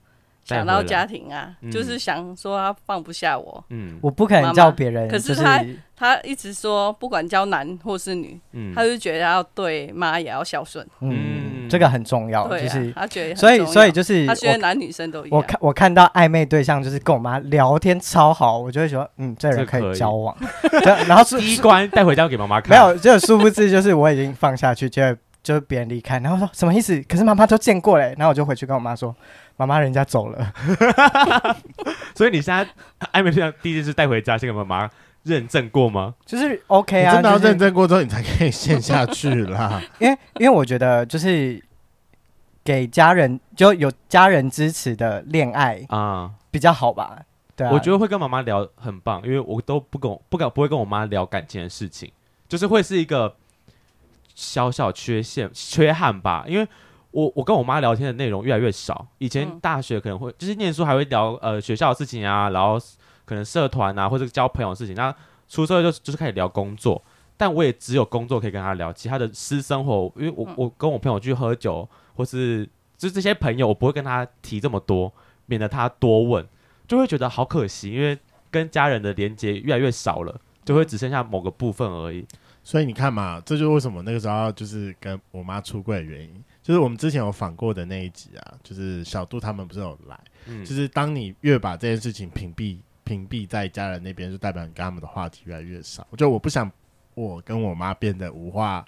带想到回来家庭啊，嗯就是想说他放不下我，嗯我不可能妈叫妈别人，可就是嗯他他一直说不管交男或是女，嗯他就觉得要对妈也要孝顺，嗯，嗯这个很重要，对就啊，是他觉得很所以重要所以就是他觉得我男女生都一我样，看我看到暧昧对象就是跟我妈聊天超好，我就会觉得嗯，这人这可可以以交往。 对然后是第一关带回家给妈妈看，没有，就殊不知就是我已经放下去，就 就是别人离开，然后说什么意思？可是妈妈都见过嘞，然后我就回去跟我妈说，妈妈人家走了，所以你现在暧昧对象第一件事带回家，先给妈妈认证过吗？就是 OK 你啊，真的要就是认真过之后，你才可以陷下去啦。因为因为我觉得就是给家人就有家人支持的恋爱啊、比较好吧。对啊，我觉得会跟妈妈聊很棒，因为我都不跟我不敢不会跟我妈聊感情的事情，就是会是一个小小缺陷缺憾吧。因为我我跟我妈聊天的内容越来越少，以前嗯大学可能会、就是念书还会聊呃学校的事情啊，然后可能社团啊或者交朋友的事情，那出社会就就是开始聊工作。但我也只有工作可以跟她聊，其他的私生活，因为我、嗯我跟我朋友去喝酒，或是就是这些朋友，我不会跟她提这么多，免得她多问。就会觉得好可惜，因为跟家人的连接越来越少嗯了，就会只剩下某个部分而已。所以你看嘛，这就是为什么那个时候要就是跟我妈出柜的原因，就是我们之前有访过的那一集啊，就是小杜他们不是有来，嗯，就是当你越把这件事情屏蔽屏蔽在家人那边，就代表你跟他们的话题越来越少。就我不想我跟我妈变得无话。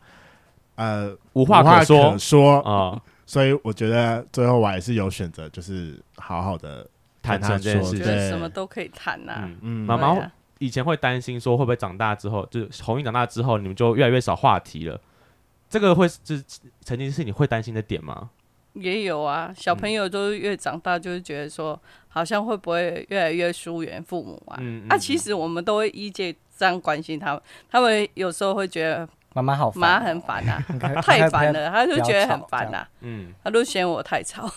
呃，无话可说可说啊、 呃所以我觉得最后我还是有选择，就是好好的坦诚这件事觉对情。得什么都可以谈呐、嗯，嗯妈妈对啊以前会担心说会不会长大之后，就是红英长大之后，你们就越来越少话题了。这个会就是曾经是你会担心的点吗？也有啊，小朋友都越长大，就是觉得说，好像会不会越来越疏远父母啊？嗯，啊，嗯其实我们都会依借这样关心他们，他们有时候会觉得妈妈好烦妈哦，很烦啊， 你看太烦，了，他就觉得很烦不要啊，嗯，他都嫌我太吵。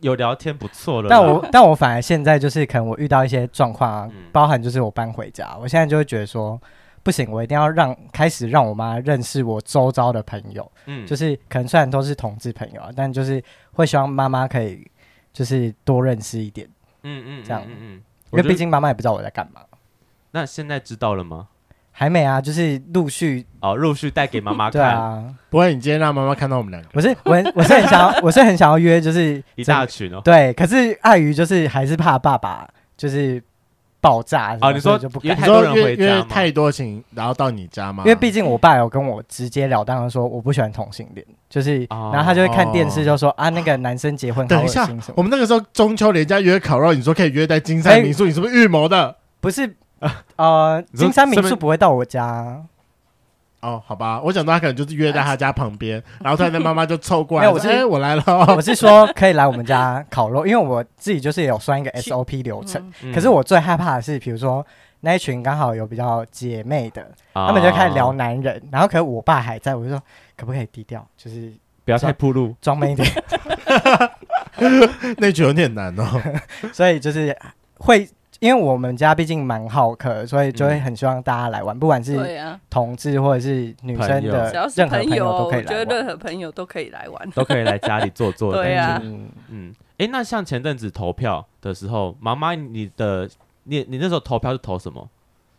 有聊天不错了啦。但我但我反而现在就是可能我遇到一些状况啊嗯，包含就是我搬回家，我现在就会觉得说，不行，我一定要让开始让我妈认识我周遭的朋友，嗯就是可能虽然都是同志朋友啊，但就是会希望妈妈可以就是多认识一点，嗯嗯嗯这样嗯嗯，因我为毕觉得竟妈妈也不知道我在干嘛。那现在知道了吗？还没啊，就是陆续哦，陆续带给妈妈对看啊，不过你今天让妈妈看到我们两个，我是我很我是很想要我是很想要约，就是一整大群哦。对，可是碍于就是还是怕爸爸就是爆炸哦，你所以说我就不因为你敢太多说人约回约家嘛，太多情，然后到你家吗？因为毕竟我爸有跟我直截了当的说我不喜欢同性恋，就是，哦然后他就会看电视就说啊那个男生结婚好等恶一下心什，我么，们那个时候中秋连假约烤肉，你说可以约在金哎山民宿，你是不是预谋的？不是呃 你说金山民上宿面不会到我家啊，哦，好吧，我想到他可能就是约在他家旁 边，然后突然间妈妈就凑过来，没有说我是哎我来了 我哦，是说可以来我们家烤肉，因为我自己就是有算一个 SOP 流程，嗯可是我最害怕的是比如说。那一群刚好有比较姐妹的，他他们就开始哦聊男人，然后可是我爸还在，我就说可不可以低调，就是不要太铺路。装闷一点，那局有点难哦。 所以就是会因为我们家毕竟蛮好客，所以就会嗯很希望大家来玩，不管是对啊，同志或者是女生朋友的只要是任何朋友，友都可我以觉得来玩。任何朋友都可以来玩。都可以来家里坐坐。 但对是啊嗯，嗯，诶，那像前阵子投票的时候，妈妈你的你你那时候投票是投什么？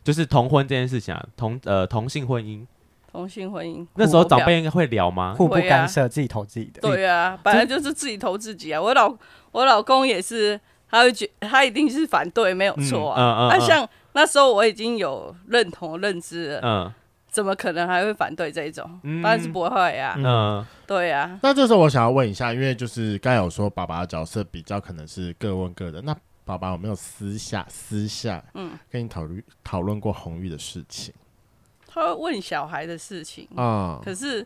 就是同婚这件事情啊，同呃同性婚姻，同性婚姻，那时候我表长辈应该会聊吗？互不会啊干涉，自己投自己的。对啊，本来就是自己投自己啊。我老我老公也是，他会觉他一定是反对，没有错嗯啊。嗯嗯那、嗯像那时候我已经有认同认知了，嗯怎么可能还会反对这一种？嗯当然是不会啊。嗯嗯对啊，那这时候我想要问一下，因为就是刚才有说爸爸的角色比较可能是各问各的，那爸爸有没有私下私下嗯，跟你讨论讨论过红玉的事情他会问小孩的事情，啊？嗯可是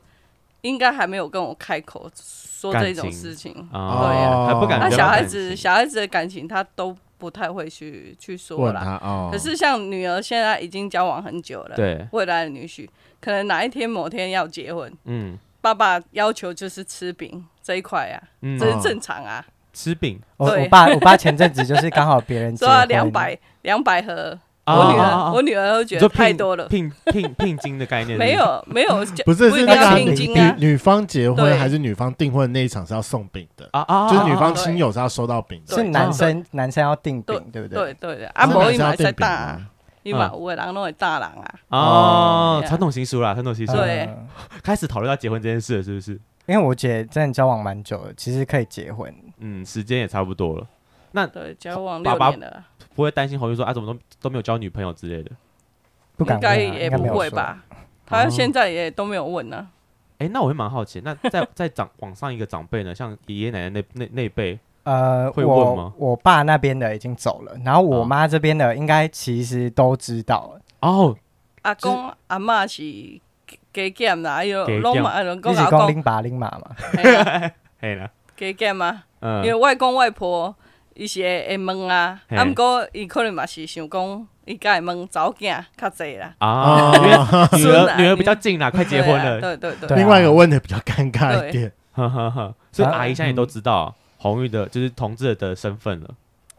应该还没有跟我开口说这种事情。啊，对啊还不敢那表达小孩感子情小孩子的感情，他都不太会去去说问啦。他哦，可是像女儿现在已经交往很久了，对，未来的女婿，可能哪一天某天要结婚，嗯爸爸要求就是吃饼这一块啊，嗯，这哦是正常啊，吃饼我对我爸我爸前阵子就是刚好别人结 说要婚，两百两百盒，啊我女啊啊啊儿我女儿都你觉得说太聘多了，聘聘聘金的概念是不是没，有没有，就不是不是一定那个要啊聘女金啊，女女方结婚对哦还是女方订婚那一场是要送饼的，啊啊，啊就是女方对亲友是要收到饼的，是对男啊生男生要订对饼，对不对？对的，啊，男生无还伊是要嘛订在饼大吗啊，伊嗯嘛有的人拢会大人啊，啊哦对，啊传统习俗啦，传统习俗嗯对开始讨论到结婚这件事了，是不是？因为我姐真的交往蛮久了，其实可以结婚。嗯，时间也差不多了，对，交往爸六爸年了，不会担心红玉说啊，怎么都都没有交女朋友之类的。不敢应问啊、该应也该不没有会说？吧？他哦现在也都没有问啊呢，哎、那我会蛮好奇，那在在长往上一个长辈呢，像爷爷奶奶那那那一辈，呃，会问吗我我爸那边的已经走了，然后我哦妈这边的应该其实都知道了。哦，阿公阿嬷是加减啦，哎呦，加减拢嘛，拢一讲直阿讲公拎把拎马 嘛，嘿啊嘿啦，加减啊。嗯因为，外公外婆伊是会会问啊，嘿啊毋过伊可能嘛是想讲，伊甲会问查某囝较济啦，啊，哦因为女孙儿啊女儿比较近啦，快结婚对啊了，对对对，对啊另外一个问题比较尴尬一对点，呵呵呵，所以啊阿姨现在也都知道红玉的就是同志的身份了，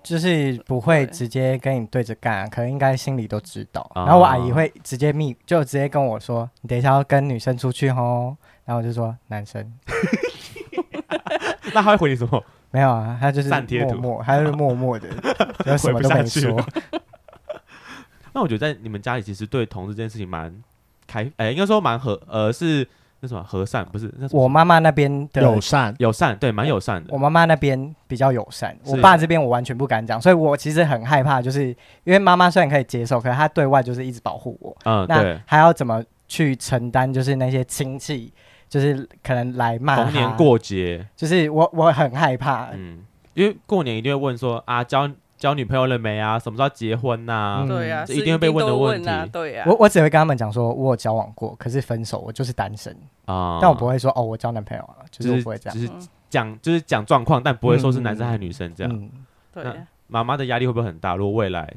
就是不会对直接跟你对着干、啊可能应该心里都知道。啊然后我阿姨会直接密，就直接跟我说：“你等一下要跟女生出去哦。”然后我就说：“男生那她会回你什么？没有啊，他就是散贴默图默，他就是默默 的，然后什么回不都没下去说了。那我觉得在你们家里其实对同志这件事情蛮开，哎、应该说蛮和呃是那什么和善，不是那什么我妈妈那边的友善友善，对，蛮友善的我，妈妈那边比较友善，是我爸这边我完全不敢讲，所以我其实很害怕，就是因为妈妈虽然可以接受，可是她对外就是一直保护我，嗯，那对，还要怎么去承担？就是那些亲戚，就是可能来骂逢她年，过节，就是我我很害怕，嗯，因为过年一定会问说啊交交女朋友了没啊，什么时候要结婚呐、嗯对啊，这是一定会被问的都问问啊题，哦对啊我，我只会跟他们讲说我有交往过，可是分手，我就是单身，啊，但我不会说哦我交男朋友了，就是我不会这样只。是嗯讲就是讲状况，但不会说是男生还是女生这样。嗯，对那啊，妈妈的压力会不会很大？如果未来，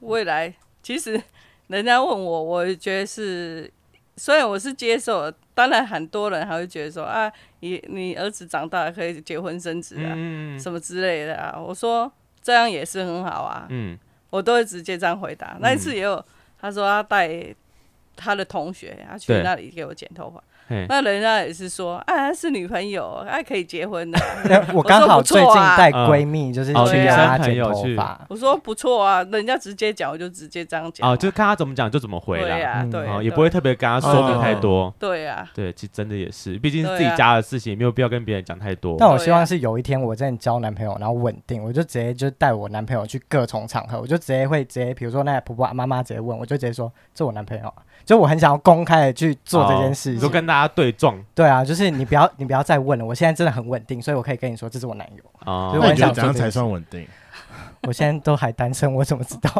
未来其实人家问我，我也觉得是，虽然我是接受了，当然很多人还会觉得说啊，你你儿子长大了可以结婚生子啊，嗯什么之类的啊，我说这样也是很好啊，嗯我都会直接这样回答。那一次也有，他说他带他的同学，他去对那里给我剪头发，嘿，那人家也是说，哎、啊，她是女朋友，哎、可以结婚的啊、那我刚好我说不错最近啊带闺蜜就是哦去女帮她生朋剪友头去发，我说不错啊，人家直接讲，我就直接这样讲。啊，就看他怎么讲就怎么回对啦，啊，嗯对哦啊，也不会特别跟他说明太哦多。对啊，对，其实真的也是，毕竟是对啊自己家的事情，也没有必要跟别人讲太多。但我希对望啊是有一天我真的交男朋友，然后稳定，我就直接就带我男朋友去各种场合，我就直接会直接，比如说那婆婆妈妈直接问，我就直接说这我男朋友啊，就我很想要公开的去做这件哦事你情。说跟大家对撞对啊，就是你不要你不要再问了，我现在真的很稳定，所以我可以跟你说这是我男友，啊就，那我你很觉得想怎样才算稳定？我现在都还单身，我怎么知 道？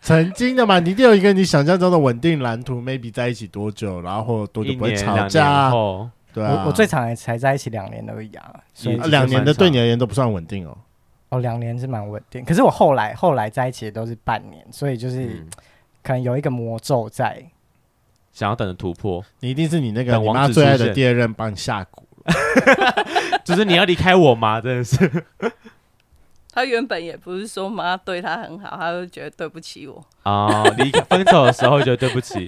曾经的嘛，你一定有一个你想象中的稳定蓝图，maybe 在一起多久，然后或多一久不会年吵两架年啊，后，对啊，我我最长也才在一起两年而已啊，所以啊也两年的对你而言都不算稳定哦。哦两年是蛮稳定，可是我后来后来在一起的都是半年，所以就是嗯，可能有一个魔咒在。想要等着突破，你一定是你那个等你王妈子最出爱的现第二任帮你下蛊了。就是你要离开我吗？真的是，他原本也不是说妈对他很好，他就觉得对不起我。啊，离开分手的时候觉得对不 起，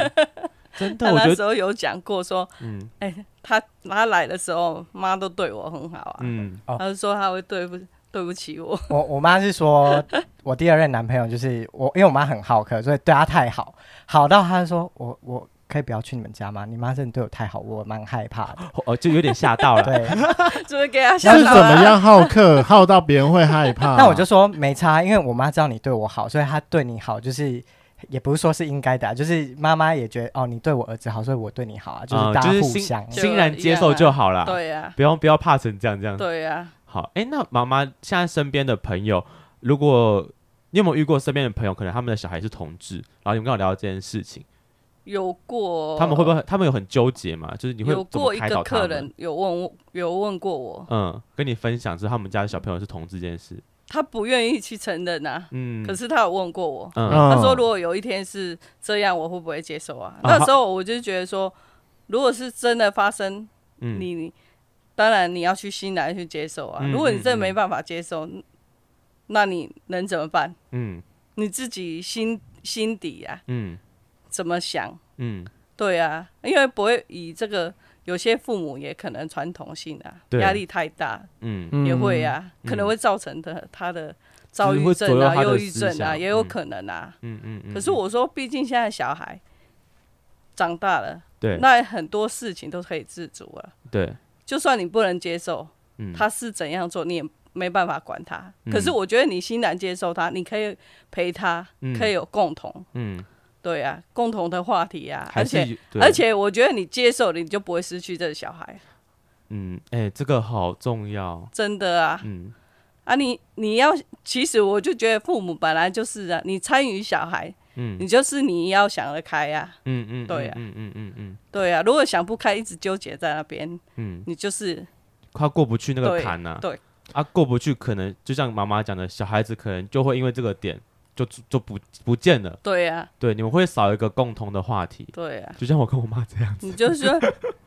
真的，他我觉那得时候有讲过说，嗯哎、他他来的时候，妈都对我很好啊。嗯他就说他会对不对不起我， 我我妈是说，我第二任男朋友就是我，因为我妈很好客，所以对她太好，好到她说我我可以不要去你们家吗？你妈真的对我太好，我蛮害怕的。哦，就有点吓到了。 对，就是给他是吓怎到了。么样好客，好到别人会害 怕。那我就说没差，因为我妈知道你对我好，所以她对你好就是。也不是说是应该的、啊，就是妈妈也觉得哦，你对我儿子好，所以我对你好啊，就是啊大家就是互心相。就欣然接受就好啦，对呀、不用不要怕成这样这样。对呀、好，哎，那妈妈现在身边的朋友，如果你有没有遇过身边的朋友，可能他们的小孩是同志，然后你们刚好聊到这件事情，有过。他们会不会他们有很纠结嘛？就是你会哦有怎过么一开个导他客们？人有问我，有问过我，嗯，跟你分享是他们家的小朋友是同志这件事。他不愿意去承认啊，嗯，可是他有问过我，嗯嗯他说如果有一天是这样，我会不会接受啊？啊那时候我就觉得说，如果是真的发生，嗯，你你当然你要去欣然去接受啊。嗯如果你真的嗯没办法接受，那你能怎么办？嗯你自己心心底啊嗯怎么想？嗯，对啊，因为不会以这个，有些父母也可能传统性啊，对压力太大嗯也会呀。啊，可能嗯会造成的他的躁会郁左症右啊、他的忧郁思症啊，想也有嗯可能啊。嗯嗯嗯。可是我说，毕竟现在小孩长大了，对那很多事情都可以自主啊了。对就算你不能接受嗯他是怎样做，你也没办法管他。嗯可是我觉得你欣然接受他，你可以陪他，嗯可以有共同，嗯，对啊，共同的话题啊，还而是且。有对而且我觉得你接受了，你就不会失去这个小孩，嗯，哎、这个好重要。真的啊！嗯啊你，你要，其实我就觉得父母本来就是啊，你参与小孩，嗯你就是你要想得开啊，嗯嗯，对啊嗯嗯嗯嗯对啊，如果想不开，一直纠结在那边，嗯，你就是快过不去那个对坎呐、啊。对啊，过不去，可能就像妈妈讲的，小孩子可能就会因为这个点就就不不见了。对啊，对，你们会少一个共同的话题，对啊，就像我跟我妈这样子。你就是说，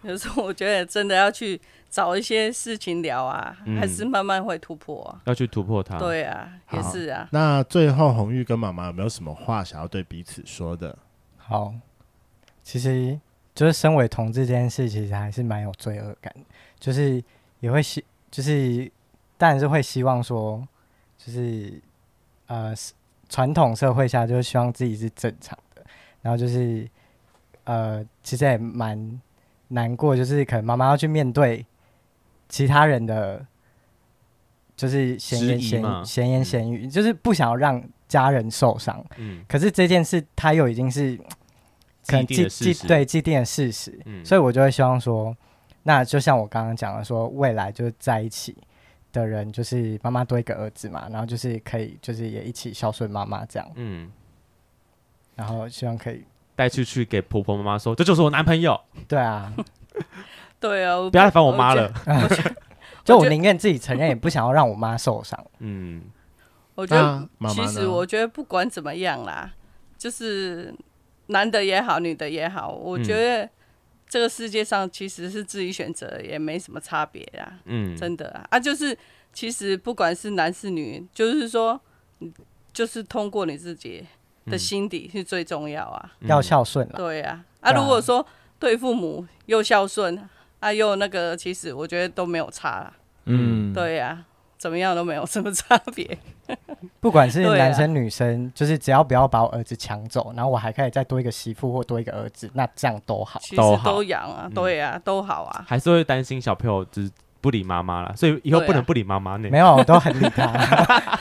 有时候我觉得真的要去找一些事情聊啊，嗯还是慢慢会突破啊。要去突破它。，对啊，好也是啊，那最后，红玉跟妈妈有没有什么话想要对彼此说的？好，其实就是身为同志这件事，其实还是蛮有罪恶感的，就是也会希，就是当然是会希望说，就是呃，是传统社会下就是希望自己是正常的，然后就是呃，其实也蛮难过，就是可能妈妈要去面对其他人的。就是闲言质疑闲嘛语闲言闲语，就是不想要让家人受伤，嗯，可是这件事它又已经是可既能定既的事既实。对既定的事实，嗯，所以我就会希望说，那就像我刚刚讲的说，未来就是在一起的人，就是妈妈多一个儿子嘛，然后就是可以就是也一起孝顺妈妈这样，嗯，然后希望可以带出去给婆婆妈妈说，这就是我男朋友，对啊，对啊，不要再烦我妈了。就我我觉得宁愿自己承认，也不想要让我妈受伤。嗯我觉得，那 妈妈其呢实我觉得不管怎么样啦，就是男的也好，女的也好，我嗯觉得这个世界上其实是自己选择，也没什么差别啊。嗯，真的啊，啊，就是其实不管是男是女，就是说，嗯就是通过你自己的心底是最重要啊。嗯要孝顺了，对啊，啊，对啊如果说对父母又孝顺啊，又那个，其实我觉得都没有差啦。嗯对啊，怎么样都没有什么差别。不管是对啊男生女生，就是只要不要把我儿子抢走，然后我还可以再多一个媳妇或多一个儿子，那这样都好。其实都好都养啊，对啊，都 好啊。 还是会担心小朋友就是不理妈妈了，所以以后对啊不能不理妈妈呢，没有，我都很理他。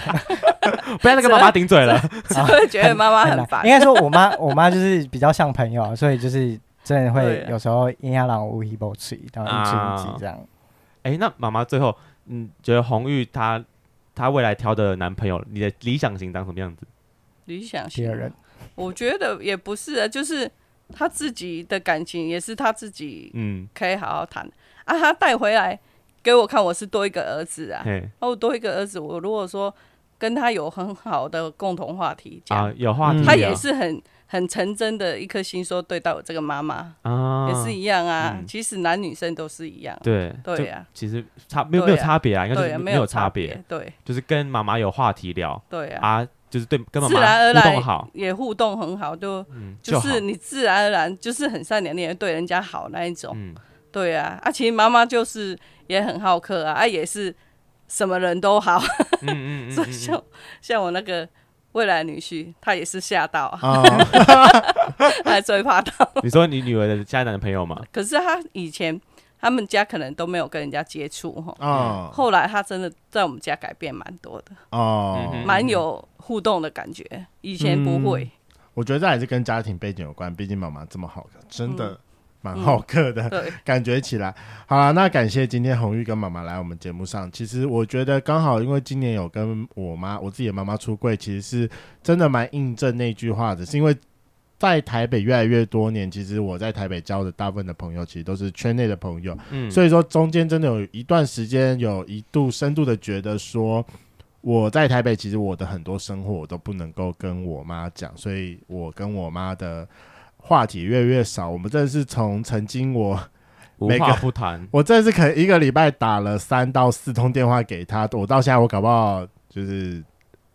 不要再跟妈妈顶嘴了。只会觉得妈妈很很难烦应。该说，我妈我妈就是比较像朋友啊，所以就是真对的会啊有时候阴阳狼无一不吃，然后一出一击这样。哎、那妈妈最后，嗯，觉得红玉她她未来挑的男朋友，你的理想型长什么样子？理想第型二啊人，我觉得也不是啊，就是他自己的感情也是他自己嗯，可以好好谈啊。他带回来给我看，我是多一个儿子啊。嘿，哦，多一个儿子，我如果说跟他有很好的共同话题讲，啊，有话题、嗯啊，他也是很很成真的一颗心说对待我这个妈妈、啊，也是一样啊。嗯其实男女生都是一样，对对就呀其实差没有对没有呀差别啊，应该就对是啊，没有差别，，对就是跟妈妈有话题聊对啊，啊，就是对跟妈自然而妈互动然好，也互动很好，就嗯，就好是你自然而然就是很善良，你也对人家好那一种。嗯对啊，啊，其实妈妈就是也很好客啊，啊，也是什么人都好。嗯嗯嗯 所嗯以嗯像像我那个未来女婿，他也是吓到 啊，啊，还追怕到。你说你女儿的家男朋友 吗？可是他以前他们家可能都没有跟人家接触哈， 啊后来他真的在我们家改变蛮多的，哦嗯蛮有互动的感觉，以前不会。我觉得这还是跟家庭背景有关，毕竟妈妈这么好客，真的蛮好客的。对，感觉起来。好了，那感谢今天红玉跟妈妈来我们节目上。其实我觉得刚好，因为今年有跟我妈，我自己的妈妈出柜，其实是真的蛮印证那句话的，是因为。在台北越来越多年，其实我在台北交的大部分的朋友，其实都是圈内的朋友，嗯，所以说中间真的有一段时间，有一度深度的觉得说，我在台北，其实我的很多生活我都不能够跟我妈讲，所以我跟我妈的话题越来越少。我们真的是从曾经我 无每个话不谈，我这次可能一个礼拜打了三到四通电话给他，我到现在我搞不好就是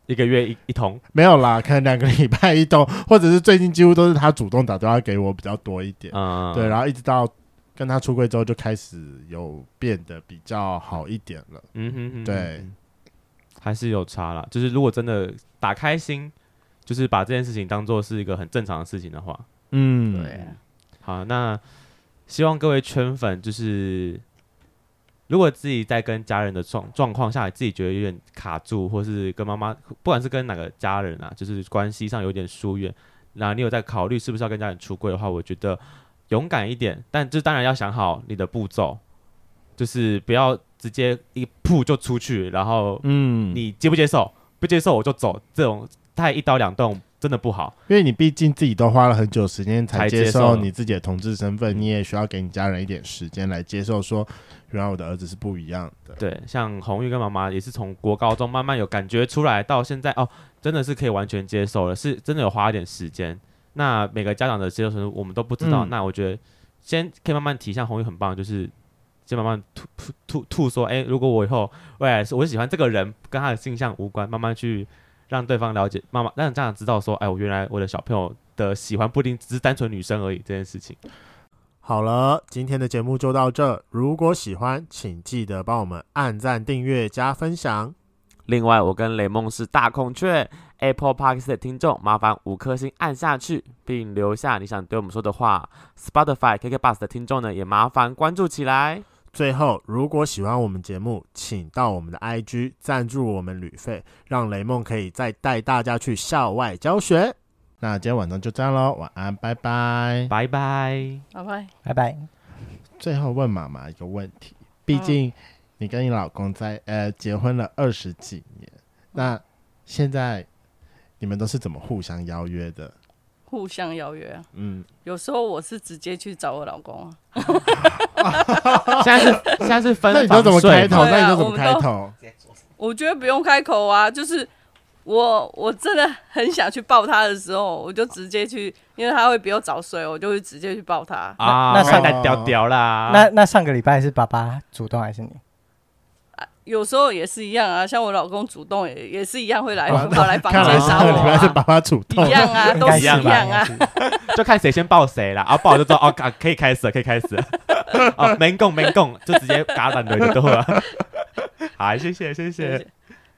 一个月一一通，没有啦，可能两个礼拜一通，或者是最近几乎都是他主动打电话给我比较多一 点。嗯，对，，然后一直到跟他出柜之后，就开始有变得比较好一点了。嗯哼哼，对嗯哼，还是有差啦。就是如果真的打开心，就是把这件事情当做是一个很正常的事情的话，嗯，对啊，好，那希望各位圈粉就是。如果自己在跟家人的状状况下，自己觉得有点卡住，或是跟妈妈，不管是跟哪个家人啊，就是关系上有点疏远，那你有在考虑是不是要跟家人出柜的话，我觉得勇敢一点，但这当然要想好你的步骤，就是不要直接一扑就出去，然后嗯，你接不接受，不接受我就走，这种太一刀两断真的不好。因为你毕竟自己都花了很久时间才才接接受受你自己的同志身份，嗯你也需要给你家人一点时间来接受，说原来我的儿子是不一样的。对，像红玉跟妈妈也是从国高中慢慢有感觉出来，到现在哦，真的是可以完全接受了，是真的有花一点时间。那每个家长的接受程度我们都不知道，嗯那我觉得先可以慢慢提，像红玉很棒，就是先慢慢吐吐吐吐说，哎、如果我以后未来是我喜欢这个人，跟他的性向无关，慢慢去让对方了解，妈妈让家长知道说，哎、我原来我的小朋友的喜欢不一定只是单纯女生而已这件事情。好了，今天的节目就到这。如果喜欢，请记得帮我们按赞、订阅、加分享。另外，我跟雷梦是大孔雀 Apple Park 的听众，麻烦五颗星按下去，并留下你想对我们说的话。Spotify KK Bus 的听众呢，也麻烦关注起来。最后，如果喜欢我们节目，请到我们的 IG 赞助我们旅费，让雷梦可以再带大家去校外教学。那今天晚上就这样喽，晚安，拜拜。拜拜。拜拜。拜拜。最后问妈妈一个问题，毕嗯竟你跟你老公在呃结婚了二十几年，那现在你们都是怎么互相邀约的？互相邀约啊，嗯，有时候我是直接去找我老公啊，现在是现在是那分你都房怎么开睡头？吗？那你都怎对啊我么们开都头？我觉得不用开口啊，就是我我真的很想去抱他的时候，我就直接去，因为他会比我早睡，我就会直接去抱他。啊，那那上太屌屌啦！那那上个礼拜是爸爸主动还是你？有时候也是一样啊，像我老公主动也也是一样会来哇跑来房看来间上找个礼我、 拜是爸啊，爸主动一，样啊，应都该是是一吧样啊。应该是就看谁先抱谁啦。啊，抱我就知道哦，啊可以开始了，可以开始 了。 哦，没共没共，就直接嘎烂了就对了。好，谢谢谢谢。谢谢